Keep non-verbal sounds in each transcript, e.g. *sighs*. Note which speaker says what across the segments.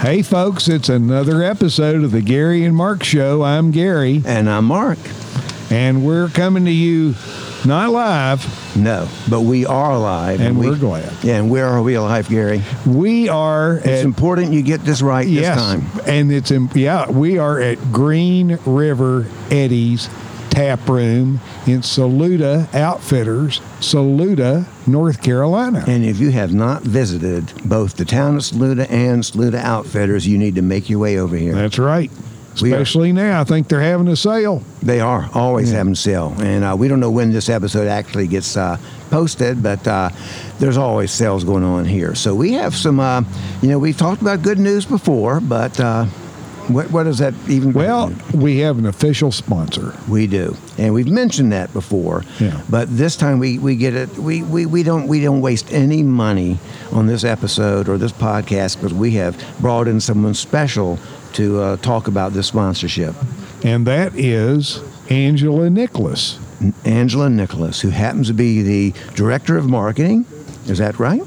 Speaker 1: Hey, folks, it's another episode of the Gary and Mark Show. I'm Gary,
Speaker 2: And I'm Mark.
Speaker 1: and we're coming to you not live.
Speaker 2: No, but we are alive.
Speaker 1: And
Speaker 2: we,
Speaker 1: we're glad.
Speaker 2: Yeah, and where are we alive, Gary?
Speaker 1: We are
Speaker 2: It's
Speaker 1: at
Speaker 2: important you get this right
Speaker 1: yes,
Speaker 2: this time.
Speaker 1: and it's in, yeah, we are at Green River Eddie's Tap Room in Saluda Outfitters, Saluda, North Carolina.
Speaker 2: And if you have not visited both the town of Saluda and Saluda Outfitters, you need to make your way over here.
Speaker 1: That's right.
Speaker 2: We are-
Speaker 1: Especially now, I think they're having a sale.
Speaker 2: They are always having a sale, and uh, we don't know when this episode actually gets uh, posted, but uh, there's always sales going on here. So we have some, uh, you know, we've talked about good news before, but uh, what what does that even?
Speaker 1: Well, we have an official sponsor.
Speaker 2: We do, and we've mentioned that before.
Speaker 1: Yeah.
Speaker 2: But this time we, we get it. We, we, we don't we don't waste any money on this episode or this podcast because we have brought in someone special to uh, talk about this sponsorship.
Speaker 1: and that is Angela Nicholas.
Speaker 2: N- Angela Nicholas, who happens to be the director of marketing. Is that right?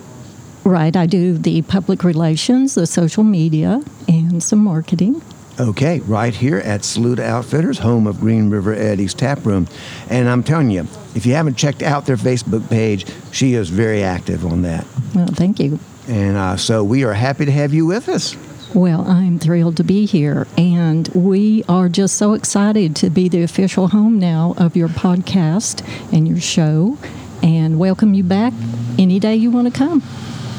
Speaker 3: Right, I do the public relations, the social media, and some marketing.
Speaker 2: Okay, right here at Saluda Outfitters, home of Green River Eddie's Tap Room. And I'm telling you, if you haven't checked out their Facebook page, she is very active on that.
Speaker 3: Well, thank you.
Speaker 2: And uh, so we are happy to have you with us.
Speaker 3: Well, I'm thrilled to be here, and we are just so excited to be the official home now of your podcast and your show, and welcome you back any day you want to come.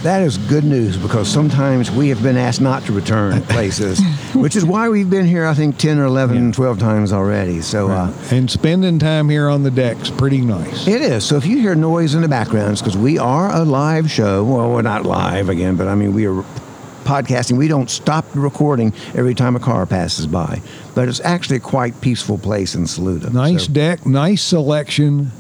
Speaker 2: That is good news because sometimes we have been asked not to *laughs* return places, which is why we've been here, I think, 10 or 11, 12 times already. So uh,
Speaker 1: And spending time here on the deck's pretty nice.
Speaker 2: it is. So if you hear noise in the background, it's because we are a live show. Well, we're not live again, but I mean, we are podcasting. We don't stop the recording every time a car passes by, but it's actually a quite peaceful place in Saluda.
Speaker 1: Nice
Speaker 2: So-
Speaker 1: deck, nice selection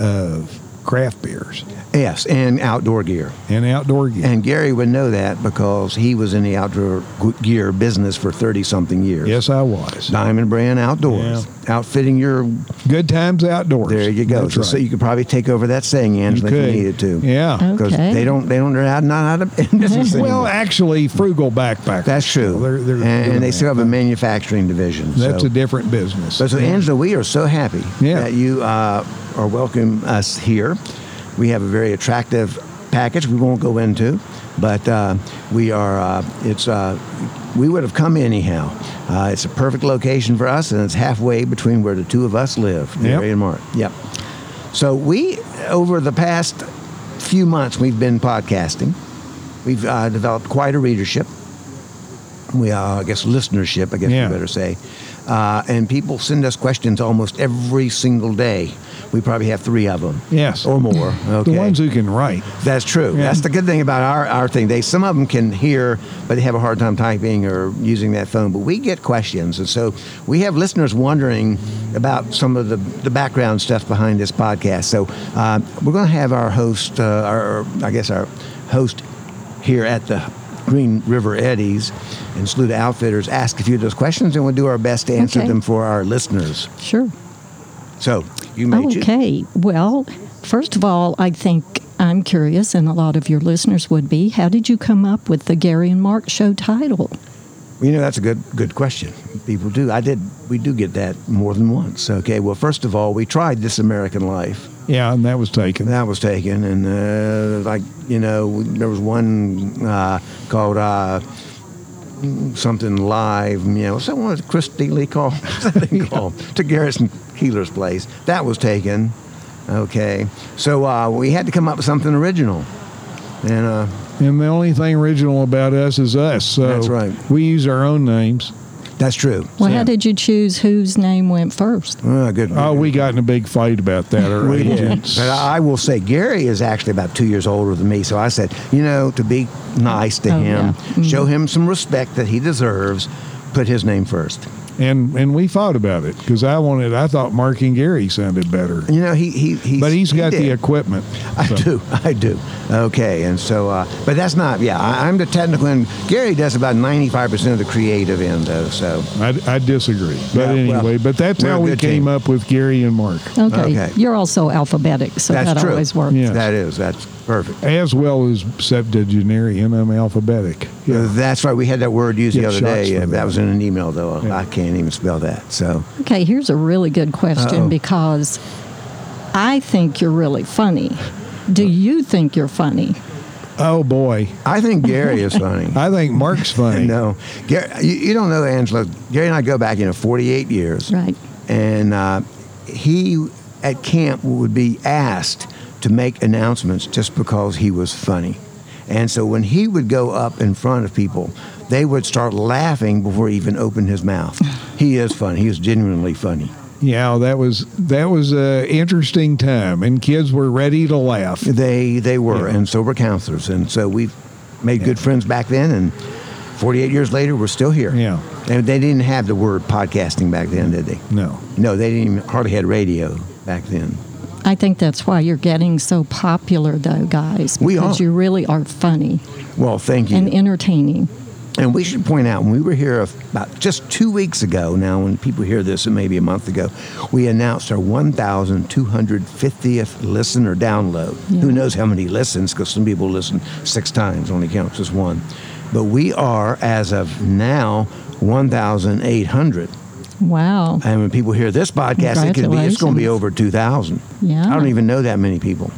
Speaker 1: of craft beers
Speaker 2: yes, and outdoor gear.
Speaker 1: and outdoor gear.
Speaker 2: And Gary would know that because he was in the outdoor g- gear business for 30 something years.
Speaker 1: yes, I was.
Speaker 2: Diamond Brand Outdoors, outfitting your.
Speaker 1: Good times outdoors.
Speaker 2: There you go.
Speaker 1: That's
Speaker 2: So, so
Speaker 1: right.
Speaker 2: you could probably take over that saying, Angela, if
Speaker 1: could.
Speaker 2: you needed to.
Speaker 1: Yeah.
Speaker 2: Because
Speaker 3: Okay.
Speaker 2: they don't, they don't know how not how to.
Speaker 1: *laughs*
Speaker 2: business
Speaker 1: Well,
Speaker 2: anymore.
Speaker 1: actually, frugal backpackers.
Speaker 2: that's true.
Speaker 1: They're- they're
Speaker 2: and,
Speaker 1: doing
Speaker 2: and they still
Speaker 1: that.
Speaker 2: have a manufacturing division.
Speaker 1: That's
Speaker 2: so.
Speaker 1: a different business.
Speaker 2: But so, Angela, we are so happy
Speaker 1: Yeah.
Speaker 2: that you uh, are welcome us here. We have a very attractive package we won't go into, but uh, we are, uh, it's, uh, we would have come anyhow. Uh, it's a perfect location for us, and it's halfway between where the two of us live,
Speaker 1: Yep.
Speaker 2: Mary and Mark. Yep. So, we, over the past few months, we've been podcasting. We've uh, developed quite a readership. We, uh, I guess, listenership, I guess
Speaker 1: Yeah.
Speaker 2: we better say. Uh, and people send us questions almost every single day. We probably have three of them.
Speaker 1: Yes.
Speaker 2: Or more. Okay.
Speaker 1: The ones who can write.
Speaker 2: That's true.
Speaker 1: Yeah.
Speaker 2: That's the good thing about our, our thing. They Some of them can hear, but they have a hard time typing or using that phone. But we get questions. And so we have listeners wondering about some of the, the background stuff behind this podcast. So uh, we're going to have our host, uh, our, I guess, our host here at the Green River Eddies and Saluda Outfitters ask a few of those questions, and we'll do our best to answer
Speaker 3: Okay.
Speaker 2: them for our listeners.
Speaker 3: Sure.
Speaker 2: So you may choose.
Speaker 3: Okay. Well, first of all, I think I'm curious, and a lot of your listeners would be. How did you come up with the Gary and Mark Show title?
Speaker 2: You know, that's a good good question. People do. I did. We do get that more than once. Okay. Well, first of all, we tried This American Life.
Speaker 1: Yeah, and that was taken.
Speaker 2: That was taken, and uh, like you know, there was one uh, called uh, something live. You know, someone Christy Lee called *laughs* something called to Garrison Keeler's place. That was taken. Okay. So uh, we had to come up with something original, and uh,
Speaker 1: And the only thing original about us is us. So
Speaker 2: That's right.
Speaker 1: We use our own names.
Speaker 2: that's true.
Speaker 3: Well,
Speaker 1: Yeah.
Speaker 3: how did you choose whose name went first?
Speaker 2: Uh, good.
Speaker 1: Oh, we got in a big fight about that. Our
Speaker 2: *laughs* We did.
Speaker 1: agents.
Speaker 2: But I I will say, Gary is actually about two years older than me. So I said, you know, to be nice to
Speaker 3: Oh,
Speaker 2: him,
Speaker 3: yeah. Mhm.
Speaker 2: show him some respect that he deserves, put his name first.
Speaker 1: and and we fought about it because I wanted. I thought Mark and Gary sounded better,
Speaker 2: You know, he he he's,
Speaker 1: but he's got the
Speaker 2: did.
Speaker 1: equipment.
Speaker 2: I
Speaker 1: so.
Speaker 2: do, I do. Okay, and so, uh, but that's not. Yeah, I, I'm the technical, and Gary does about 95 percent of the creative end, though. So
Speaker 1: I, I disagree,
Speaker 2: Yeah,
Speaker 1: but
Speaker 2: well,
Speaker 1: anyway, but that's
Speaker 2: we're a
Speaker 1: how we
Speaker 2: good
Speaker 1: came
Speaker 2: team.
Speaker 1: up with Gary and Mark,
Speaker 3: Okay.
Speaker 2: Okay.
Speaker 3: You're also alphabetic, so
Speaker 2: that's
Speaker 3: that
Speaker 2: true.
Speaker 3: always works.
Speaker 1: Yeah. Yes.
Speaker 2: That is. That's perfect.
Speaker 1: as well as septuagenarian. I'm alphabetic. Yeah.
Speaker 2: That's right. We had that word used the
Speaker 1: Get
Speaker 2: other
Speaker 1: shots
Speaker 2: day.
Speaker 1: from
Speaker 2: uh, That
Speaker 1: that.
Speaker 2: was in an email, though.
Speaker 1: Yeah.
Speaker 2: I can't even spell that. So
Speaker 3: Okay, here's a really good question
Speaker 2: Uh-oh.
Speaker 3: because I think you're really funny. Do you think you're funny?
Speaker 1: Oh boy,
Speaker 2: I think Gary is
Speaker 3: *laughs*
Speaker 2: funny.
Speaker 1: I think
Speaker 2: *laughs*
Speaker 1: Mark's funny.
Speaker 2: No, Gary, you, you don't know Angela. Gary and I go back, you know, 48 years.
Speaker 3: Right.
Speaker 2: And uh, he at camp would be asked to make announcements just because he was funny. And so when he would go up in front of people, they would start laughing before he even opened
Speaker 1: *sighs*
Speaker 2: his mouth. He is funny. He is genuinely funny.
Speaker 1: Yeah, that was that was a interesting time, and kids were ready to laugh.
Speaker 2: They they were,
Speaker 1: Yeah.
Speaker 2: and so were counselors, and so we made good friends back then, and 48 years later, we're still here.
Speaker 1: Yeah.
Speaker 2: and they didn't have the word podcasting back then, did they?
Speaker 1: No,
Speaker 2: No, they didn't even hardly had radio back then.
Speaker 3: I think that's why you're getting so popular, though, guys.
Speaker 2: We
Speaker 3: because
Speaker 2: are.
Speaker 3: you really are funny
Speaker 2: Well, thank you.
Speaker 3: and entertaining.
Speaker 2: And we should point out when we were here about just two weeks ago. Now, when people hear this, it may be a month ago. We announced our 1,250th listener download.
Speaker 3: Yeah.
Speaker 2: Who knows how many listens? Because some people listen six times, only counts as one. But we are, as of now, 1,800.
Speaker 3: Wow.
Speaker 2: And when people hear this podcast, it could be it's going to be
Speaker 3: Congratulations.
Speaker 2: over 2,000.
Speaker 3: Yeah.
Speaker 2: I don't even know that many people.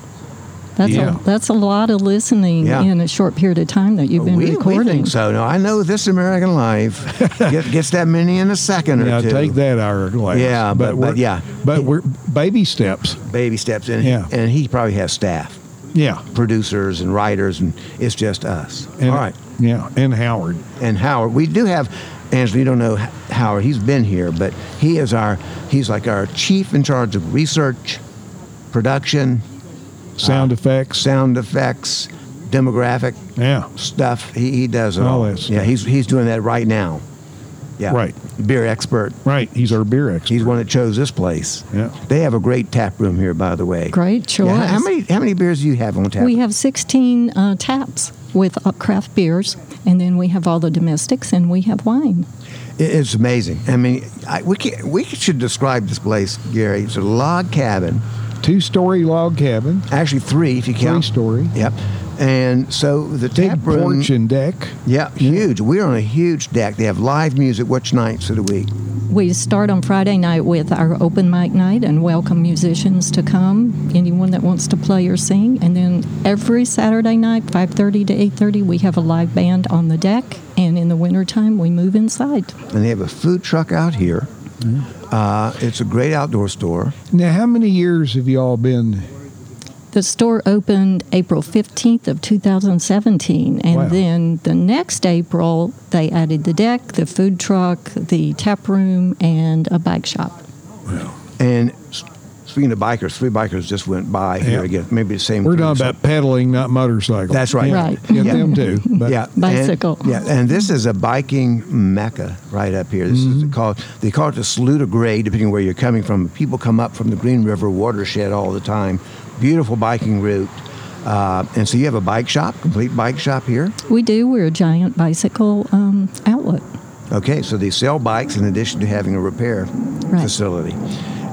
Speaker 3: That's,
Speaker 1: Yeah.
Speaker 3: a, that's a lot of listening
Speaker 2: Yeah. Uh,
Speaker 3: in a short period of time that you've been
Speaker 2: we, we
Speaker 3: recording.
Speaker 2: think so. No, I know this
Speaker 1: *laughs*
Speaker 2: American life get, gets that many in a second or
Speaker 1: yeah,
Speaker 2: two.
Speaker 1: take that hourglass.
Speaker 2: Yeah, but- but
Speaker 1: we're-
Speaker 2: yeah.
Speaker 1: but we're baby steps.
Speaker 2: baby steps in,
Speaker 1: Yeah.
Speaker 2: and he probably has staff,
Speaker 1: Yeah,
Speaker 2: producers and writers, and it's just us.
Speaker 1: and,
Speaker 2: All right,
Speaker 1: Yeah, and Howard.
Speaker 2: and Howard, we do have. Angela, you don't know H- Howard. He's been here, but he is our. He's like our chief in charge of research, production,
Speaker 1: Sound effects.
Speaker 2: sound effects, demographic
Speaker 1: yeah,
Speaker 2: stuff. He, he does it
Speaker 1: All
Speaker 2: all.
Speaker 1: that stuff.
Speaker 2: Yeah, he's he's doing that right now. Yeah,
Speaker 1: Right.
Speaker 2: Beer expert.
Speaker 1: right. He's our beer expert.
Speaker 2: He's the one that chose this place.
Speaker 1: Yeah.
Speaker 2: They have a great tap room here, by the way.
Speaker 3: Great choice.
Speaker 2: Yeah, how- how many how many beers do you have on tap?
Speaker 3: We have 16 uh, taps with uh, craft beers, and then we have all the domestics, and we have wine.
Speaker 2: It- It's amazing. I mean, I, we can, we should describe this place, Gary. It's a log cabin,
Speaker 1: Two story log cabin,
Speaker 2: actually three if you count.
Speaker 1: Three-story.
Speaker 2: Yep. And so the
Speaker 1: big
Speaker 2: tap room.
Speaker 1: porch and deck.
Speaker 2: yeah, huge. We're on a huge deck. They have live music. Which nights of the week?
Speaker 3: We start on Friday night with our open mic night and welcome musicians to come, anyone that wants to play or sing, and then every Saturday night 5:30 to 8:30 we have a live band on the deck, and in the wintertime we move inside.
Speaker 2: And they have a food truck out here. Uh, it's a great outdoor store.
Speaker 1: Now, how many years have y'all been?
Speaker 3: The store opened April 15th of 2017 and
Speaker 1: Wow.
Speaker 3: then the next April they added the deck, the food truck, the tap room and a bike shop.
Speaker 2: And s- speaking of bikers, three bikers just went by here
Speaker 1: Yeah.
Speaker 2: again. Maybe the same.
Speaker 1: We're
Speaker 2: three,
Speaker 1: talking
Speaker 2: so-
Speaker 1: about pedaling, not motorcycle.
Speaker 2: That's right.
Speaker 1: Yeah,
Speaker 3: Right.
Speaker 1: Mm-hmm. yeah,
Speaker 2: Yeah.
Speaker 1: them too. But
Speaker 2: yeah, and-
Speaker 3: Bicycle.
Speaker 2: yeah, and this is a biking mecca right up here. This is called they call it the Saluda Grade, depending where you're coming from. People come up from the Green River watershed all the time. Beautiful biking route, uh, and so you have a bike shop, complete bike shop here.
Speaker 3: We do, we're a giant bicycle um, outlet.
Speaker 2: Okay, so they sell bikes in addition to having a repair
Speaker 3: Right.
Speaker 2: facility.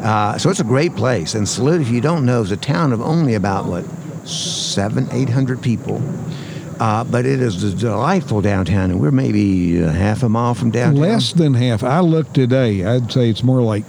Speaker 2: Uh, so it's a great place. And Salute, if you don't know, is a town of only about what seven, eight hundred people. Uh, but it is a delightful downtown, and we're maybe a half a mile from downtown.
Speaker 1: Less than half. I looked today. I'd say it's more like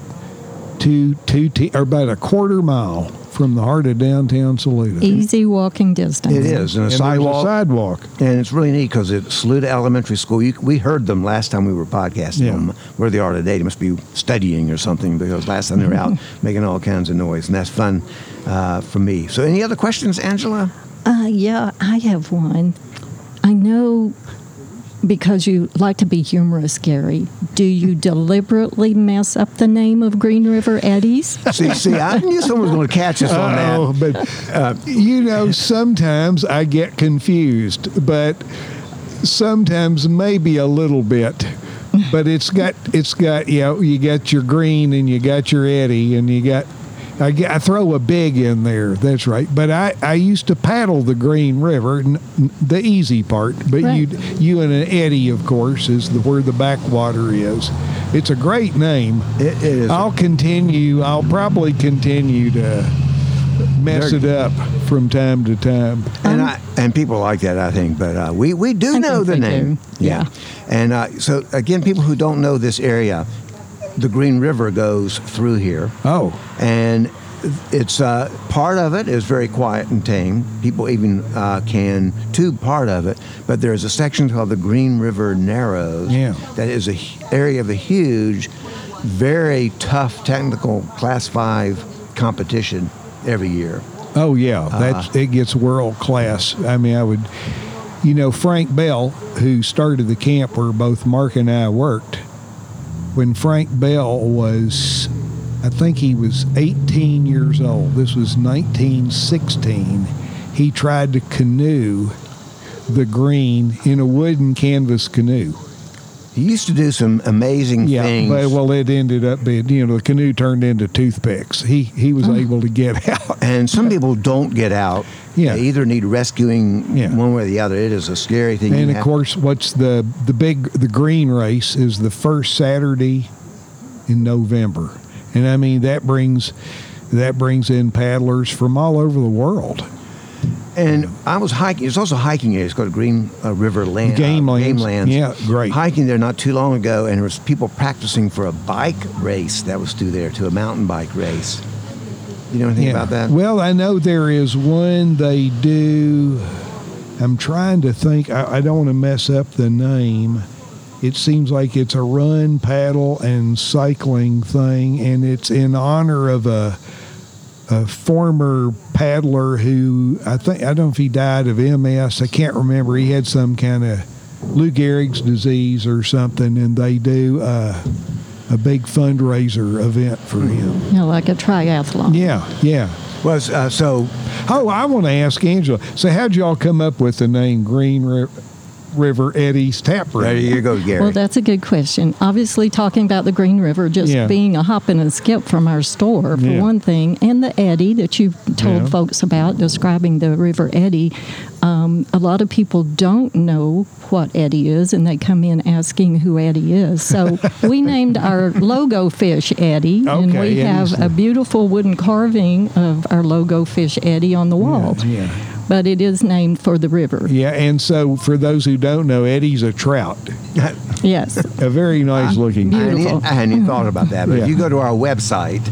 Speaker 1: two two t or about a quarter mile from the heart of downtown Saluda.
Speaker 3: Easy walking distance.
Speaker 2: It is, and
Speaker 1: And
Speaker 2: a
Speaker 1: there's a
Speaker 2: sidewalk,
Speaker 1: sidewalk.
Speaker 2: and it's really neat because it's Saluda Elementary School. You, we heard them last time we were podcasting
Speaker 1: Yeah.
Speaker 2: them. Where they are today, they must be studying or something because last time they were
Speaker 1: *laughs*
Speaker 2: out making all kinds of noise, and that's fun uh, for me. So, any other questions, Angela?
Speaker 3: Uh, yeah, I have one. I know because you like to be humorous, Gary.
Speaker 2: *laughs*
Speaker 3: Do you deliberately mess up the name of Green River Eddies?
Speaker 2: See, see, I knew someone was going to catch us on that.
Speaker 1: Oh, but you
Speaker 2: *laughs*
Speaker 1: know, sometimes I get confused, but sometimes maybe a little bit. but it's got it's got you know you got your green and you got your eddy and you got I, g- I throw a big in there. That's right. But I, I used to paddle the Green River, n- n- the easy part. But
Speaker 3: Right.
Speaker 1: you you and an eddy, of course, is the, where the backwater is. It's a great name.
Speaker 2: It- it is.
Speaker 1: I'll continue. I'll probably continue to mess
Speaker 2: There-
Speaker 1: it up from time to time.
Speaker 2: and I, and people like that, I think. But uh, we we do
Speaker 3: I
Speaker 2: know
Speaker 3: think
Speaker 2: the
Speaker 3: they
Speaker 2: name,
Speaker 3: do. Yeah.
Speaker 2: And uh, so again, people who don't know this area, the Green River goes through here,
Speaker 1: Oh,
Speaker 2: and it's uh, part of it is very quiet and tame. People even uh, can tube part of it, but there's a section called the Green River Narrows.
Speaker 1: Yeah.
Speaker 2: that is a hu- area of a huge, very tough technical Class Five competition every year.
Speaker 1: Oh yeah,
Speaker 2: Uh-huh.
Speaker 1: that's it gets world class. I mean, I would, you know, Frank Bell, who started the camp where both Mark and I worked. When Frank Bell was, I think he was 18 years old. This was 1916. He tried to canoe the green in a wooden canvas canoe.
Speaker 2: He used to do some amazing things.
Speaker 1: but, well, it ended up being, you know, the canoe turned into toothpicks. He he was able to get *laughs* out.
Speaker 2: And some people don't get out.
Speaker 1: Yeah.
Speaker 2: They either need rescuing
Speaker 1: Yeah.
Speaker 2: one way or the other. It is a scary thing.
Speaker 1: And
Speaker 2: You
Speaker 1: of
Speaker 2: have-
Speaker 1: course, what's the the big the green race is the first Saturday in November, and I mean that brings that brings in paddlers from all over the world.
Speaker 2: And I was hiking. It's also hiking area. It's called Green uh, River Land.
Speaker 1: Game
Speaker 2: uh, Game
Speaker 1: lands.
Speaker 2: Lands.
Speaker 1: Yeah, great.
Speaker 2: Hiking there not too long ago, and there was people practicing for a bike race that was through there, to a mountain bike race. You know anything about that?
Speaker 1: Well, I know there is one they do. I'm trying to think. I, I don't want to mess up the name. It seems like it's a run, paddle, and cycling thing, and it's in honor of a a former paddler who I think I don't know if he died of MS. I can't remember. He had some kind of Lou Gehrig's disease or something, and they do uh, a big fundraiser event for him.
Speaker 2: Hmm.
Speaker 3: You know, like a triathlon.
Speaker 1: Yeah, yeah.
Speaker 2: Well, it's, uh, so
Speaker 1: Oh, I want to ask Angela. So, how'd y'all come up with the name Green Ri- River Eddie's Tap Room?
Speaker 2: there you go, Gary.
Speaker 3: Well, that's a good question. Obviously, talking about the Green River just
Speaker 1: Yeah.
Speaker 3: being a hop and a skip from our store, for
Speaker 1: Yeah.
Speaker 3: one thing, and the eddy that you told
Speaker 1: Yeah.
Speaker 3: folks about, describing the river eddy. Um, a lot of people don't know what eddy is, and they come in asking who eddy
Speaker 1: *laughs*
Speaker 3: is. So we named our logo fish Eddie, and
Speaker 1: Okay,
Speaker 3: we
Speaker 1: Eddie's
Speaker 3: have
Speaker 1: the-
Speaker 3: a beautiful wooden carving of our logo fish Eddie on the wall.
Speaker 1: yeah.
Speaker 3: But it is named for the river.
Speaker 1: Oh, Yeah, and so for those who don't know, Eddie's a trout,
Speaker 3: Yes.
Speaker 1: a very
Speaker 2: Ah,
Speaker 1: nice looking.
Speaker 2: I hadn't- e-
Speaker 3: Beautiful.
Speaker 2: I hadn't even thought about that,
Speaker 1: *laughs*
Speaker 2: but
Speaker 1: Yeah.
Speaker 2: if you go to our website,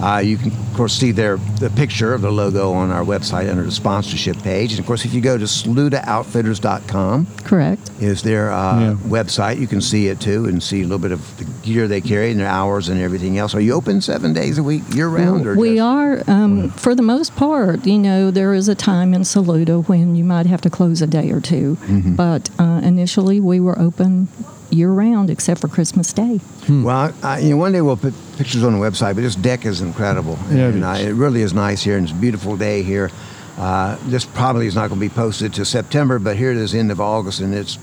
Speaker 2: uh, you can, of course, see there the picture of the logo on our website under the sponsorship page. And of course, if you go to slutaoutfitters.com,
Speaker 3: Correct.
Speaker 2: is their uh,
Speaker 1: Yeah.
Speaker 2: website. You can see it too and see a little bit of the gear they carry and their hours and everything else. Are you open seven days a week, year round? or
Speaker 3: we
Speaker 2: just-
Speaker 3: are, um, for the most part, you know, there is a time in Saluda when you might have to close a day or 2
Speaker 2: Mm-hmm.
Speaker 3: But uh, initially, we were open year round except for Christmas Day.
Speaker 2: Well, I, I, you know, one day we'll put pictures on the website, but this deck is incredible.
Speaker 1: Yeah, it
Speaker 2: and
Speaker 1: is.
Speaker 2: I, it really is nice here, and it's a beautiful day here. Uh, this probably is not going to be posted to September, but here it is, end of August, and it's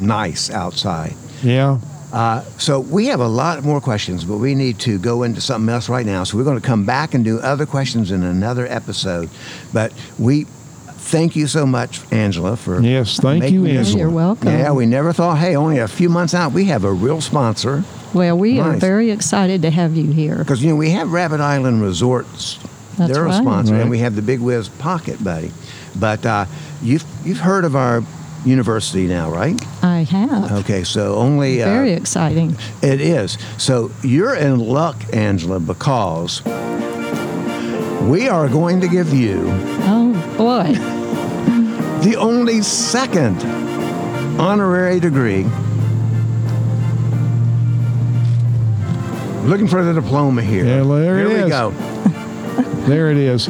Speaker 2: nice outside.
Speaker 1: Yeah.
Speaker 2: Uh, so we have a lot more questions, but we need to go into something else right now. So we're going to come back and do other questions in another episode. But we thank you so much, Angela, for
Speaker 1: Yes, thank you,
Speaker 2: making this-
Speaker 1: Angela.
Speaker 3: You're welcome.
Speaker 2: Yeah, we never thought, hey, only a few months out, we have a real sponsor.
Speaker 3: Well, we are
Speaker 2: Nice.
Speaker 3: very excited to have you here.
Speaker 2: Because you know we have Rabbit Island Resorts.
Speaker 3: That's
Speaker 2: They're a
Speaker 3: right.
Speaker 2: sponsor,
Speaker 1: Right.
Speaker 2: and we have the Big Wiz Pocket Buddy. But uh, you've you've heard of our university now, right?
Speaker 3: I have.
Speaker 2: Okay, so only uh,
Speaker 3: Very exciting.
Speaker 2: it is. So you're in luck, Angela, because we are going to give you
Speaker 3: Oh, boy.
Speaker 2: the only second honorary degree. Looking for the diploma here.
Speaker 1: Yeah, there
Speaker 2: here
Speaker 1: it
Speaker 2: we
Speaker 1: is.
Speaker 2: go.
Speaker 1: There it is.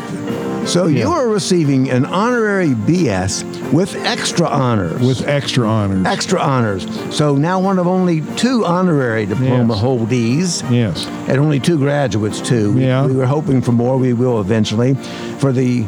Speaker 2: So you
Speaker 1: Yeah.
Speaker 2: are receiving an honorary BS with extra honors.
Speaker 1: With extra honors.
Speaker 2: extra honors. So now one of only two honorary diploma
Speaker 1: Yes.
Speaker 2: holdees.
Speaker 1: yes.
Speaker 2: And only two graduates too. We-
Speaker 1: Yeah.
Speaker 2: We were hoping for more. We will eventually, for the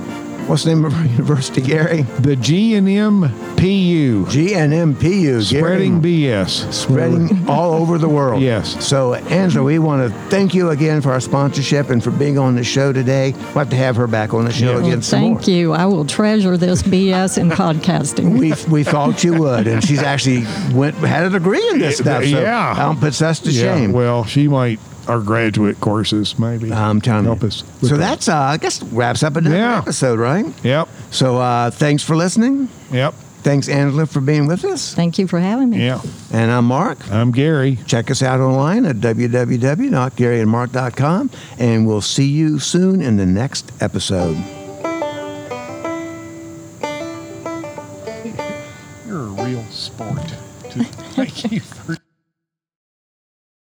Speaker 2: What's the name of our *laughs* university, Gary?
Speaker 1: The GNMPU,
Speaker 2: GNMPU.
Speaker 1: spreading *laughs*
Speaker 2: Gary.
Speaker 1: BS.
Speaker 2: spreading all over the world.
Speaker 1: Yes.
Speaker 2: So, Angela, we want to thank you again for our sponsorship and for being on the show today. We'll have to have her back on the show
Speaker 1: Yeah. Oh,
Speaker 2: again
Speaker 3: Well,
Speaker 2: some
Speaker 3: thank
Speaker 2: more.
Speaker 3: you. I will treasure this BS in podcasting.
Speaker 2: *laughs* We, we thought you would, and she's actually went had a degree in this stuff. So
Speaker 1: Yeah.
Speaker 2: um, puts us to
Speaker 1: Yeah,
Speaker 2: shame.
Speaker 1: Well, she might our graduate courses maybe.
Speaker 2: I'm telling
Speaker 1: help
Speaker 2: you.
Speaker 1: us. with
Speaker 2: Um, So
Speaker 1: that.
Speaker 2: that's uh, I guess wraps up another
Speaker 1: Yeah.
Speaker 2: episode, right?
Speaker 1: Yep.
Speaker 2: So uh, thanks for listening.
Speaker 1: Yep.
Speaker 2: Thanks, Angela, for being with us.
Speaker 3: Thank you for having me.
Speaker 1: Yeah.
Speaker 2: And I'm Mark.
Speaker 1: I'm Gary.
Speaker 2: Check us out online at www.garyandmark.com, and we'll see you soon in the next episode.
Speaker 1: You're a real sport. *laughs* Thank you for